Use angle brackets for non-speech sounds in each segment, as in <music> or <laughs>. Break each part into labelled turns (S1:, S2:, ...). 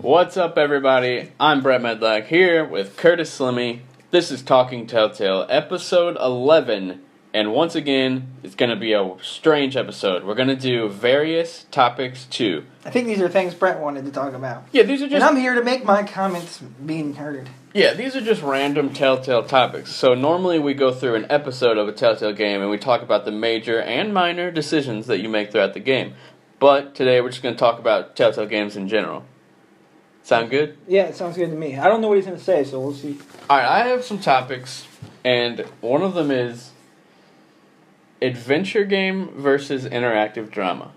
S1: What's up, everybody? I'm Brett Medlock here with Curtis Slimmy. This is Talking Telltale, episode 11. And once again, it's going to be a strange episode. We're going to do various topics too.
S2: I think these are things Brett wanted to talk about.
S1: Yeah, these are
S2: And
S1: just
S2: I'm here to make my comments being heard.
S1: Yeah, these are just random Telltale topics. So normally we go through an episode of a Telltale game and we talk about the major and minor decisions that you make throughout the game. But today we're just going to talk about Telltale games in general. Sound good?
S2: Yeah, it sounds good to me. I don't know what he's going to say, so we'll see.
S1: All right, I have some topics, and one of them is adventure game versus interactive drama.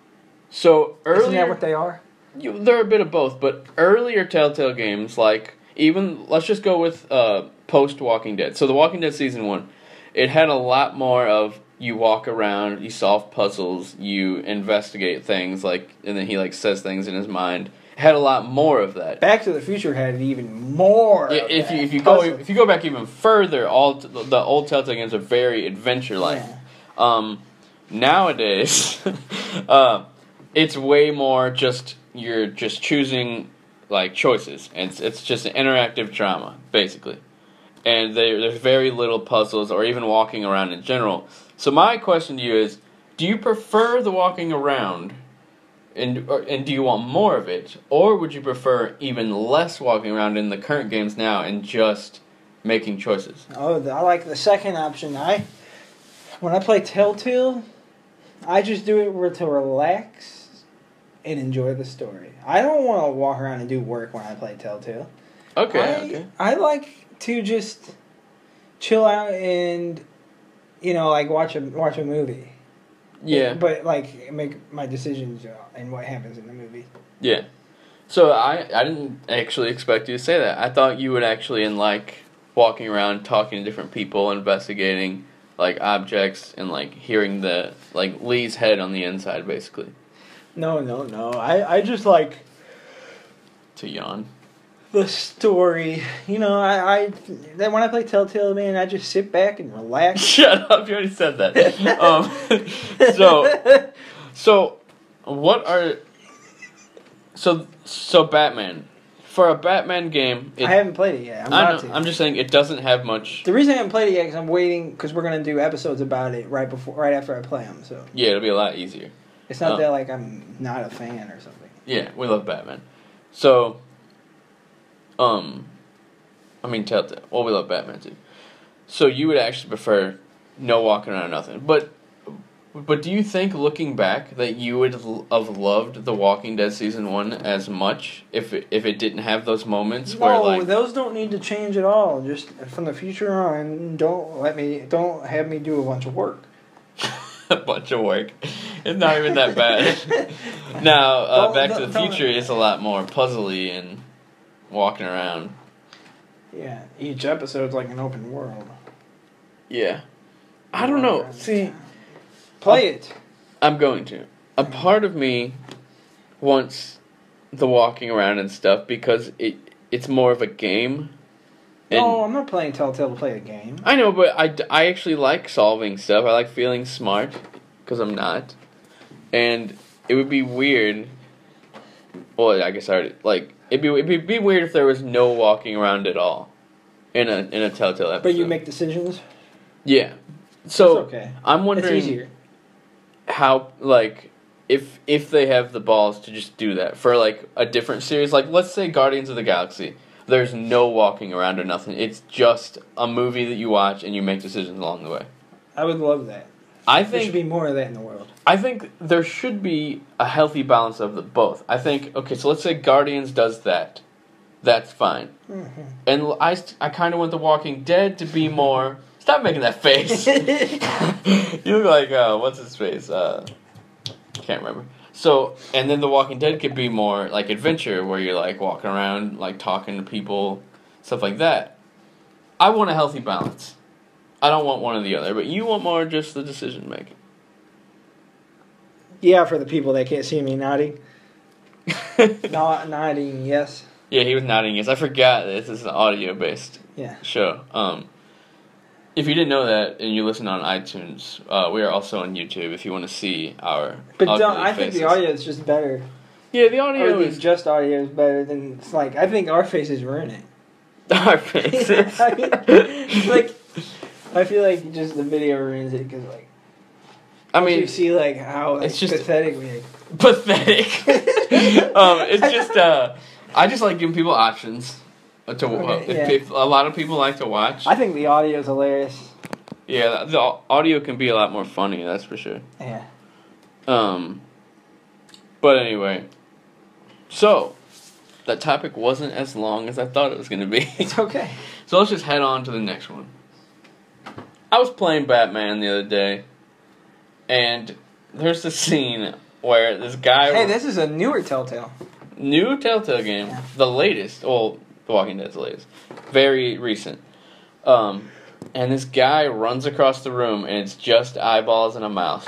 S1: So
S2: Isn't that
S1: earlier,
S2: what they are?
S1: you, they're a bit of both, but earlier Telltale games, like even let's just go with uh, post Walking Dead. So the Walking Dead season one, it had a lot more of you walk around, you solve puzzles, you investigate things, like, and then he like says things in his mind. It had a lot more of that.
S2: Back to the Future had even more. Oh,
S1: Yeah,
S2: of
S1: if
S2: that.
S1: you if you go
S2: Puzzles.
S1: if you go back even further, all t- the old Telltale games are very adventure like.
S2: Yeah.
S1: Um, nowadays, <laughs> uh, it's way more just you're just choosing like choices, and it's, it's just an interactive drama basically. And there there's very little puzzles or even walking around in general. So my question to you is: Do you prefer the walking around? And, or, and do you want more of it, or would you prefer even less walking around in the current games now and just making choices?
S2: Oh, the, I like the second option. I when I play Telltale, I just do it re- to relax and enjoy the story. I don't want to walk around and do work when I play Telltale.
S1: Okay,
S2: I,
S1: okay.
S2: I like to just chill out and you know like watch a watch a movie.
S1: Yeah,
S2: But like make my decisions uh, and what happens in the movie.
S1: yeah. So I, I didn't actually expect you to say that. I thought you would actually in like walking around, talking to different people, investigating like objects, and like hearing the like Lee's head on the inside, basically.
S2: No, no, no. I I just like
S1: To yawn. <laughs>
S2: the story. You know, I I that when I play Telltale, man, I just sit back and relax. <laughs>
S1: Shut up! You already said that. um, <laughs> so So, what are so so Batman for a Batman game? It,
S2: I haven't played it yet. I'm
S1: I
S2: about
S1: know,
S2: to.
S1: I'm just saying it doesn't have much.
S2: the reason I haven't played it yet because I'm waiting because we're gonna do episodes about it right before, right after I play them. So
S1: Yeah, it'll be a lot easier.
S2: it's not
S1: Oh.
S2: that like I'm not a fan or something.
S1: Yeah, we love Batman. So, um, I mean, Telltale. Well, we love Batman too. So you would actually prefer no walking around nothing, but. But do you think, looking back, that you would l- have loved The Walking Dead season one as much if it, if it didn't have those moments where
S2: No,
S1: like
S2: those don't need to change at all. Just from the future on, don't let me, don't have me do a bunch of work.
S1: <laughs> a bunch of work. It's not even that bad. now, uh,
S2: Don't-
S1: Back to
S2: don't-
S1: the
S2: don't-
S1: Future is a lot more puzzly and walking around.
S2: <laughs> Yeah, each episode's like an open world.
S1: Yeah. I don't know. See,
S2: Play it.
S1: Uh, I'm going to. A part of me wants the walking around and stuff because it it's more of a game. And
S2: no, I'm not playing Telltale to play a game.
S1: I know, but I, d- I actually like solving stuff. I like feeling smart because I'm not. And it would be weird. Well, I guess I already like it'd be it'd be, be weird if there was no walking around at all in a in a Telltale episode.
S2: But you make decisions.
S1: yeah. So
S2: It's okay.
S1: I'm
S2: It's
S1: wondering
S2: easier.
S1: how like if if they have the balls to just do that for like a different series like let's say guardians of the galaxy there's no walking around or nothing it's just a movie that you watch and you make decisions along the way
S2: I would love that.
S1: i
S2: There should
S1: think
S2: be more of that in the world.
S1: i think there should be a healthy balance of the both i think okay so let's say guardians does that that's fine
S2: Mm-hmm.
S1: and l- i, st- I kind of want the walking dead to be more stop making that
S2: <laughs>
S1: face you look like uh, what's his face? Uh, can't remember. So, and then The Walking Dead could be more like adventure, where you're like walking around, like talking to people, stuff like that. I want a healthy balance. I don't want one or the other, but you want more just the decision making.
S2: <laughs> yeah, for the people that can't see
S1: <laughs>
S2: me nodding, <laughs> not nodding. Yes.
S1: yeah, he was nodding yes. I forgot this is an audio based
S2: Yeah.
S1: show. Um, if you didn't know that and you listen on iTunes, uh, we are also on YouTube if you want to see our.
S2: But
S1: ugly
S2: don't, I think
S1: faces.
S2: the audio is just better.
S1: Yeah, the
S2: Or
S1: audio
S2: the
S1: is
S2: just audio is better than it's like I think our faces
S1: <laughs>
S2: ruin it. <laughs>
S1: our faces.
S2: I mean, like I feel like just the video ruins it because like
S1: I
S2: you
S1: mean,
S2: see like how like,
S1: it's just-
S2: pathetic we. <laughs>
S1: pathetic. um, it's just uh, I just like giving people options uh, to uh,
S2: Okay,
S1: if
S2: yeah.
S1: peop- a lot of people like to watch.
S2: I think the audio is hilarious.
S1: yeah, the au- audio can be a lot more funny. That's for sure.
S2: Yeah.
S1: Um, but anyway, so that topic wasn't as long as I thought it was going to be. <laughs>
S2: It's okay.
S1: so let's just head on to the next one. I was playing Batman the other day, and there's this scene where this guy,
S2: Hey, this is a newer
S1: <laughs>
S2: Telltale. <laughs>
S1: new Telltale game,
S2: Yeah.
S1: the latest, well, The Walking Dead's the latest, very recent. Um, and this guy runs across the room, and it's just eyeballs and a
S2: <laughs>
S1: mouth.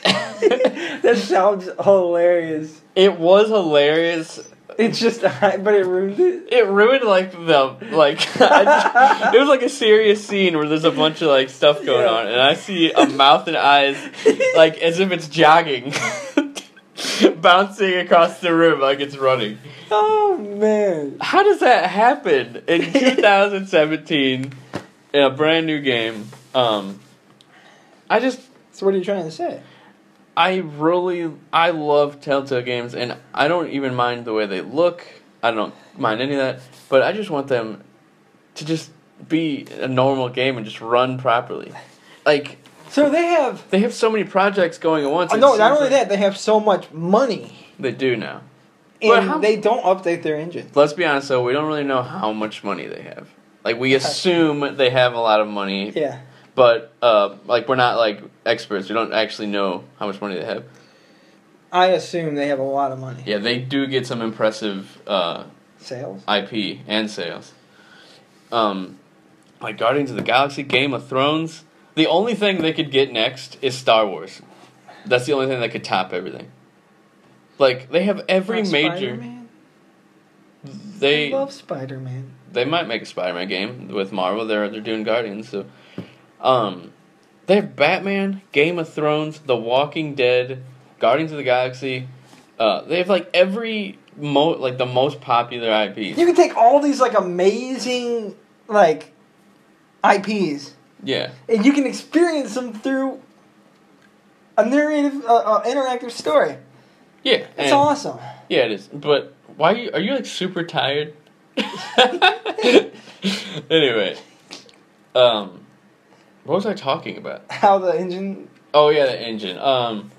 S2: that sounds hilarious.
S1: It was hilarious.
S2: It's just, but it ruined it.
S1: It ruined like the like. <laughs> I just- it was like a serious scene where there's a bunch of like stuff going
S2: Yeah.
S1: on, and I see a mouth and eyes
S2: <laughs>
S1: like as if it's jogging, <laughs> bouncing across the room like it's running.
S2: oh man.
S1: How does that happen
S2: <laughs>
S1: in 2017 in a brand new game? Um, I just
S2: So what are you trying to say?
S1: I really I love Telltale games, and I don't even mind the way they look. I don't mind any of that, but I just want them to just be a normal game and just run properly. Like
S2: So they have
S1: they have so many projects going at once.
S2: Oh,
S1: it
S2: no,
S1: seems
S2: not only
S1: like-
S2: that, they have so much money,
S1: they do now. But
S2: and
S1: how-
S2: they don't update their engine.
S1: Let's be honest, though, we don't really know how much money they have. Like we assume they have a lot of money,
S2: Yeah,
S1: but uh, like we're not like experts. We don't actually know how much money they have.
S2: I assume they have a lot of money.
S1: Yeah, they do get some impressive. Uh,
S2: Sales.
S1: IP and sales. Um, like Guardians of the Galaxy, Game of Thrones. The only thing they could get next is Star Wars. That's the only thing that could top everything. Like they have every
S2: Not
S1: major.
S2: Spider-Man?
S1: They
S2: I love Spider Man.
S1: they might make a Spider-Man game with Marvel. They're they're doing Guardians, so um, they have Batman, Game of Thrones, The Walking Dead, Guardians of the Galaxy. Uh, they have like every mo like the most popular IPs.
S2: You can take all these like amazing like IPs,
S1: Yeah.
S2: and you can experience them through a narrative, uh, uh, interactive story.
S1: Yeah.
S2: It's
S1: and-
S2: awesome.
S1: Yeah, it is. But why are you, are you like super tired? <laughs> anyway, um, what was I talking about?
S2: How the engine.
S1: Oh yeah, the engine. Um,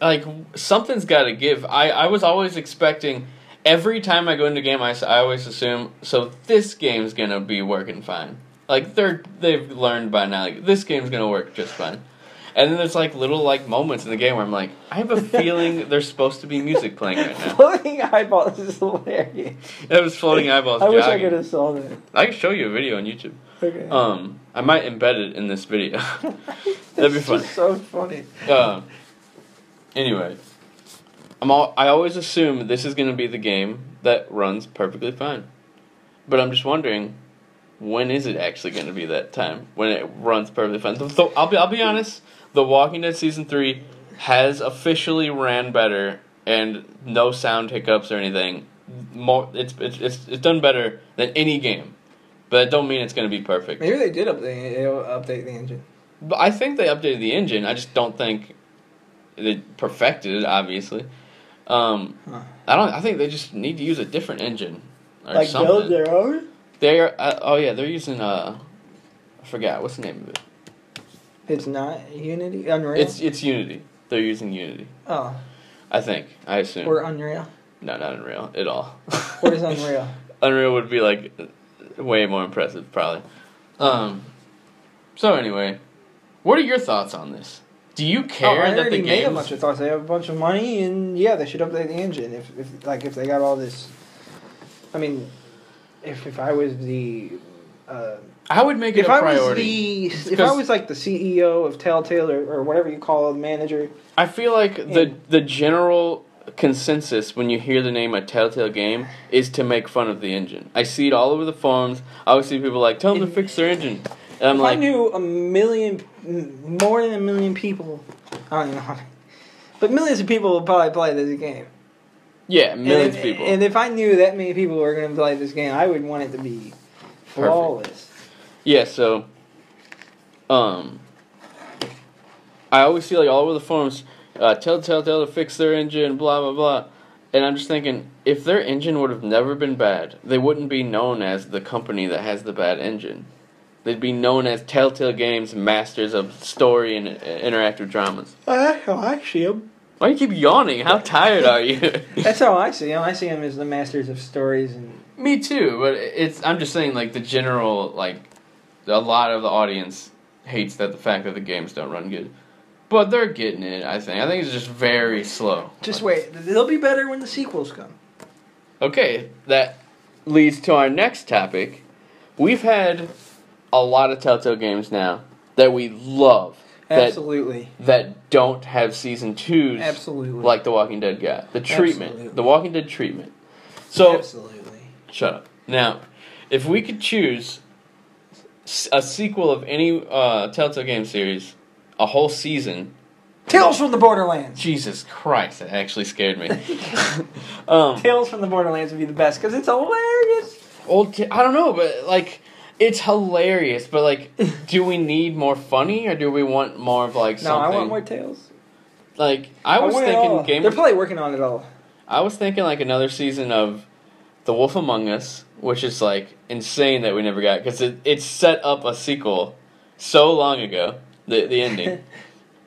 S1: like something's got to give. I I was always expecting. Every time I go into a game, I, s- I always assume so this game's gonna be working fine. Like they're they've learned by now, like this game's gonna work just fine. And then there's like little like moments in the game where I'm like, I
S2: <laughs>
S1: have a feeling there's supposed to be music playing right now. <laughs>
S2: Floating eyeballs is hilarious.
S1: It was floating eyeballs.
S2: I wish I
S1: jogging.
S2: could have saw that.
S1: I can show you a video on YouTube.
S2: Okay. <laughs>
S1: Um, I might embed it in this video. <laughs> that'd be
S2: It's
S1: funny.
S2: just So funny.
S1: um, anyway, I'm all, I always assume this is going to be the game that runs perfectly fine, but I'm just wondering, when is it actually going to be that time when it runs perfectly fine? So, so I'll be I'll be honest. The Walking Dead season three has officially ran better, and no sound hiccups or anything. More, it's it's it's, it's done better than any game, but that don't mean it's going to be perfect.
S2: Maybe they did update it'll update the engine.
S1: But I think they updated the engine. I just don't think they perfected it. Obviously, um,
S2: Huh.
S1: I don't. I think they just need to use a different engine or
S2: Like build
S1: something.
S2: their own?
S1: They're uh, oh yeah, they're using uh, I forgot what's the name of it.
S2: It's not Unity, Unreal.
S1: It's it's Unity. They're using Unity.
S2: oh,
S1: I think. I assume.
S2: or Unreal.
S1: no, not Unreal at all.
S2: What is Unreal?
S1: <laughs> Unreal would be like way more impressive, probably. Um, so anyway, what are your thoughts on this? Do you
S2: Oh,
S1: care
S2: I
S1: that the
S2: already made a
S1: game?
S2: bunch of thoughts. They have a bunch of money, and yeah, they should update the engine. If, if like if they got all this, I mean, if if I was the uh,
S1: I would make it
S2: if
S1: a
S2: I was
S1: priority.
S2: the if I
S1: because-
S2: was like the CEO of Telltale or, or whatever you call it, manager,
S1: I feel like the
S2: And-
S1: the general consensus when you hear the name a Telltale game is to make fun of the engine. I see it all over the forums. I always see people like tell them to
S2: And-
S1: fix their engine, and I'm
S2: if I
S1: like,
S2: knew a million, m- more than a million people, I don't even know, how many, but millions of people would probably play this game.
S1: Yeah, millions
S2: and if,
S1: of people.
S2: And if I knew that many people were going to play this game, I would want it to be flawless.
S1: Yeah, so um I always see like all over the forums, uh tell Telltale to fix their engine, blah blah blah. And I'm just thinking, if their engine would have never been bad, they wouldn't be known as the company that has the bad engine. They'd be known as Telltale Games masters of story and uh, interactive dramas.
S2: That's how I see them.
S1: Why do you keep yawning? How tired are you?
S2: That's how I see them. I see them as the masters of stories and
S1: Me too, but it's I'm just saying like the general like a lot of the audience hates that the fact that the games don't run good. But they're getting it, I think. I think it's just very slow.
S2: Just wait. They'll be better when the sequels come.
S1: Okay, that leads to our next topic. We've had a lot of Telltale games now that we love
S2: Absolutely.
S1: that that don't have season 2s
S2: Absolutely.
S1: like The Walking Dead got. The treatment.
S2: Absolutely.
S1: The Walking Dead treatment. So
S2: Absolutely.
S1: Shut up. Now, if we could choose s- a sequel of any uh, Telltale game series, a whole season.
S2: Tales from the Borderlands.
S1: Jesus Christ, that actually scared me. um,
S2: Tales from the Borderlands would be the best because it's hilarious.
S1: old, t- I don't know, but like, it's hilarious. But like, do we need more funny, or do we want more of like
S2: No,
S1: something?
S2: I want more Tales.
S1: Like, I was
S2: want it
S1: thinking
S2: all.
S1: Game
S2: They're
S1: of
S2: probably working on it all.
S1: I was thinking like another season of The Wolf Among Us, which is like insane that we never got because it, it set up a sequel so long ago. The the ending.
S2: <laughs>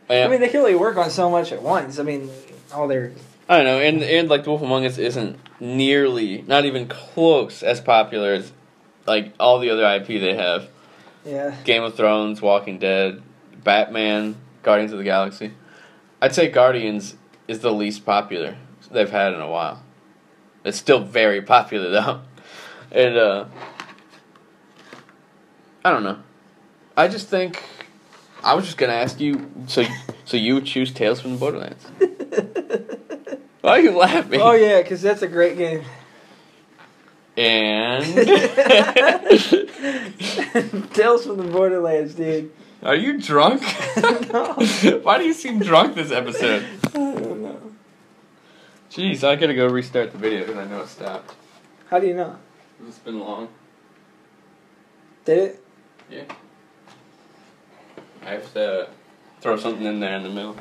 S1: Yeah.
S2: I mean, they can only work on so much at once. I mean, all their
S1: I don't know, and and like The Wolf Among Us isn't nearly, not even close as popular as like all the other IP they have:
S2: yeah. <laughs>
S1: Game of Thrones, Walking Dead, Batman, Guardians of the Galaxy. I'd say Guardians is the least popular they've had in a while. It's still very popular <laughs> though, and uh, I don't know. I just think I was just gonna ask you, so so you would choose Tales from the Borderlands. Why are you laughing?
S2: Oh yeah, because that's a
S1: <laughs>
S2: great game. <laughs>
S1: And
S2: Tales from the Borderlands, dude.
S1: <laughs> are you drunk?
S2: <laughs> No.
S1: <laughs> Why do you seem drunk this episode?
S2: I don't know.
S1: Jeez, I gotta go restart the video because I know it stopped.
S2: How do you know?
S1: It's been long.
S2: Did it?
S1: Yeah. I have to throw something in there in the middle.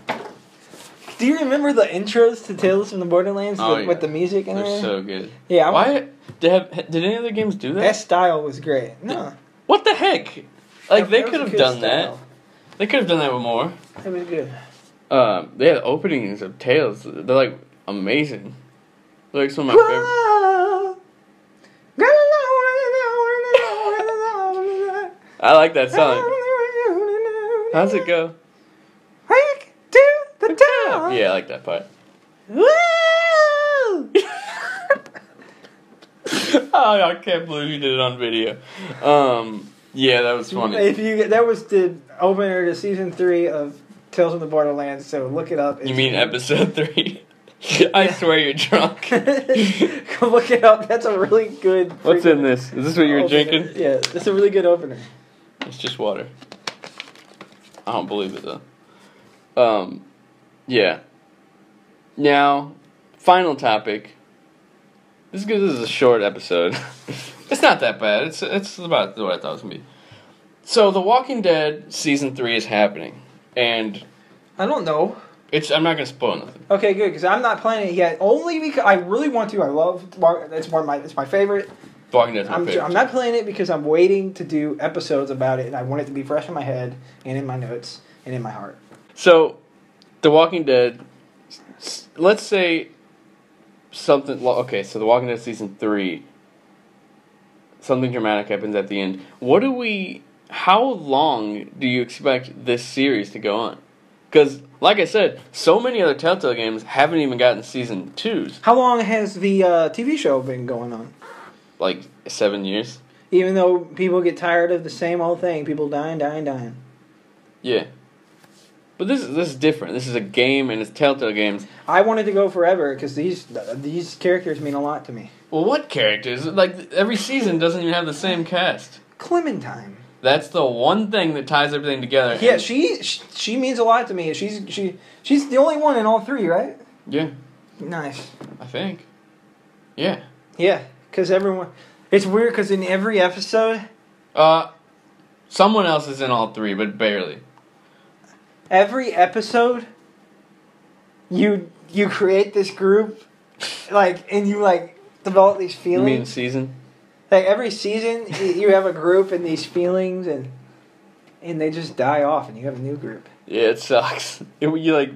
S2: Do you remember the intros to Tales from the Borderlands
S1: Oh,
S2: the-
S1: yeah.
S2: with the music in
S1: They're
S2: there?
S1: so good.
S2: yeah, I'm,
S1: Why did have, did any other games do that?
S2: that style was great. No,
S1: what the heck? Like
S2: That-
S1: they
S2: that was
S1: could
S2: a
S1: have
S2: good
S1: done
S2: style.
S1: that. They could have done that with more.
S2: That was good.
S1: Um, they had openings of tales. They're like amazing. They're like some of my favorite.
S2: Whoa.
S1: I like that song. How's it go?
S2: Hike to the town.
S1: Yeah, I like that part.
S2: Whoa.
S1: <laughs> oh, I can't believe you did it on video. Um, yeah, that was funny.
S2: If you that was the opener to season three of Tales from the Borderlands, so look it up.
S1: You
S2: It's-
S1: mean episode three? <laughs> I swear you're drunk.
S2: <laughs> Go look it up. That's a really good.
S1: What's
S2: freaking
S1: in this? Is this what you were
S2: opener.
S1: drinking?
S2: Yeah, that's a really good opener.
S1: It's just water. I don't believe it though. Um, yeah. Now, final topic. This is good. This is a short episode. <laughs> it's not that bad. It's it's about what I thought it was gonna be. So, The Walking Dead season three is happening, and
S2: I don't know.
S1: it's I'm not gonna spoil nothing.
S2: Okay, good because I'm not playing it yet. Only because I really want to. I love. Mar- It's one of my. It's my favorite.
S1: The Walking Dead's my
S2: I'm,
S1: favorite.
S2: I'm not playing it because I'm waiting to do episodes about it, and I want it to be fresh in my head and in my notes and in my heart.
S1: So, The Walking Dead. s- s- Let's say something. lo- Okay, so The Walking Dead season three. Something dramatic happens at the end. What do we? How long do you expect this series to go on? Because, like I said, so many other Telltale games haven't even gotten season twos.
S2: How long has the uh, TV show been going on?
S1: Like seven years.
S2: Even though people get tired of the same old thing, people dying, dying, dying.
S1: Yeah. But this is this is different. This is a game, and it's Telltale games.
S2: I wanted to go forever because these th- these characters mean a lot to me.
S1: Well, what characters? Like every season doesn't even have the same cast.
S2: Clementine.
S1: That's the one thing that ties everything together.
S2: Yeah, she, she she means a lot to me. She's she she's the only one in all three, right?
S1: Yeah.
S2: Nice.
S1: I think. Yeah.
S2: Yeah, because everyone. It's weird because in every episode,
S1: Uh, someone else is in all three, but barely.
S2: every episode, you you create this group, like, and you like develop these
S1: You
S2: feelings.
S1: mean season?
S2: Like every season, y- you have a group and these feelings, and and they just die off, and you have a new group.
S1: Yeah, it sucks. <laughs> It, you like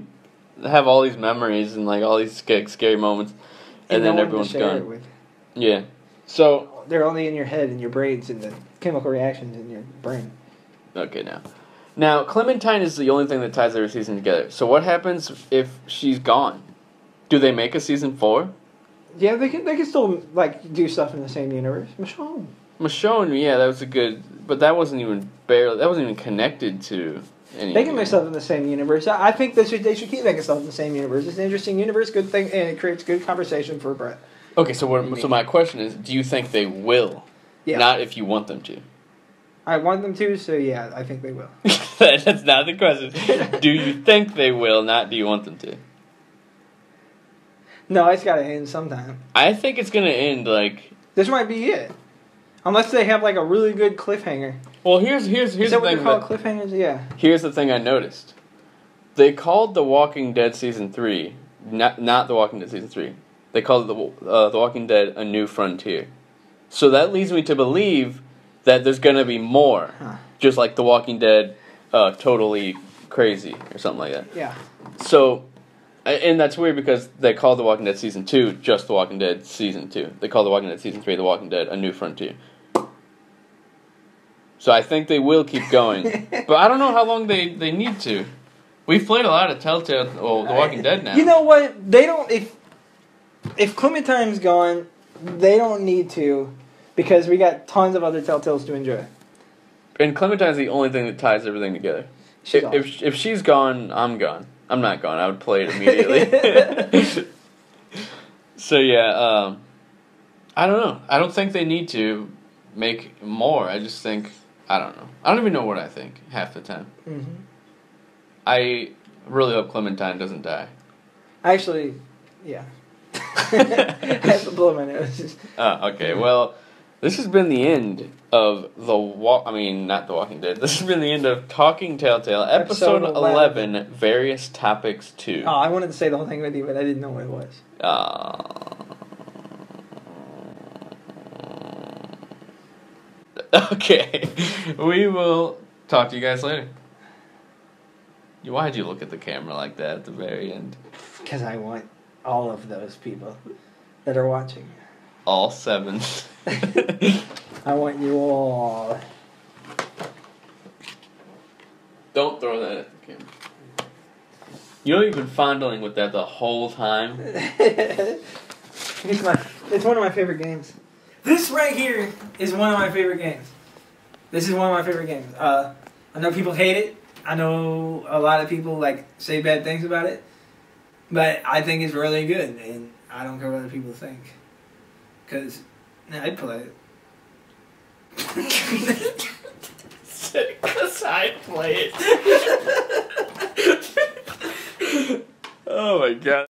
S1: have all these memories and like all these sca- scary moments, and, then
S2: no one to
S1: everyone's
S2: share it
S1: gone.
S2: with.
S1: Yeah. So
S2: They're only in your head and your brains and the chemical reactions in your brain.
S1: okay now, now Clementine is the only thing that ties every season together. So what happens if she's gone? Do they make a season four?
S2: Yeah, they can they can still like do stuff in the same universe. Michonne.
S1: Michonne, yeah, that was a good, but that wasn't even barely. That wasn't even connected to. Anything.
S2: They can make stuff in the same universe. I I think they should they should keep making stuff in the same universe. It's an interesting universe, good thing, and it creates good conversation for Brett.
S1: Okay, so what, so my question is, do you think they will?
S2: Yeah,
S1: Not if you want them to. <laughs>
S2: I want them to, so yeah, I think they will.
S1: That's not the question. do
S2: <laughs>
S1: you think they will? Not do you want them to?
S2: No, it's got to end sometime.
S1: I think it's gonna end like.
S2: This might be it, unless they have like a really good cliffhanger.
S1: Well, here's here's here's
S2: Is that
S1: the
S2: what
S1: thing.
S2: they call
S1: that-
S2: cliffhangers? Yeah.
S1: here's the thing I noticed. They called The Walking Dead season three, not not The Walking Dead season three. They called the Wa- uh, The Walking Dead a new frontier. So that leads me to believe that there's gonna be more,
S2: Huh.
S1: just like The Walking Dead, uh, totally crazy or something like that.
S2: Yeah.
S1: So, a- and that's weird because they call The Walking Dead season two just The Walking Dead season two. They call The Walking Dead season three The Walking Dead: A New Frontier. So I think they will keep
S2: <laughs>
S1: going, but I don't know how long they they need to. We've played a lot of Telltale, well, The Walking Dead now.
S2: You know what? They don't if if Clementine's gone, they don't need to because we got tons of other Telltales to enjoy.
S1: and Clementine's the only thing that ties everything together.
S2: She's
S1: if,
S2: off.
S1: if if she's gone, I'm gone. I'm not gone. I would play it immediately. <laughs> so yeah, um, I don't know. I don't think they need to make more. I just think I don't know. I don't even know what I think half the time.
S2: Mhm.
S1: I really hope Clementine doesn't
S2: <laughs>
S1: die.
S2: Actually, yeah. <laughs> I have to blow my
S1: <laughs>
S2: nose.
S1: Uh, okay, well, this has been the end of the walk. I mean, not the Walking Dead. This has been the end of Talking Telltale, episode,
S2: Episode
S1: 11,
S2: 11.
S1: various topics two.
S2: Oh, I wanted to say the whole thing with you, but I didn't know what it was.
S1: Uh, <laughs> okay. We will talk to you guys later. You- Why'd you look at the camera like that at the very end?
S2: Because I want all of those people that are watching.
S1: All seven.
S2: I want you all.
S1: <laughs> Don't throw that at the camera. You know you've been fondling with that the whole time?
S2: <laughs> it's, my, it's one of my favorite games. This right here is one of my favorite games. This is one of my favorite games. Uh, I know people hate it. I know a lot of people like say bad things about it, but I think it's really good, and I don't care what other people think. Cause nah, I'd play it.
S1: Because I play it. oh my god.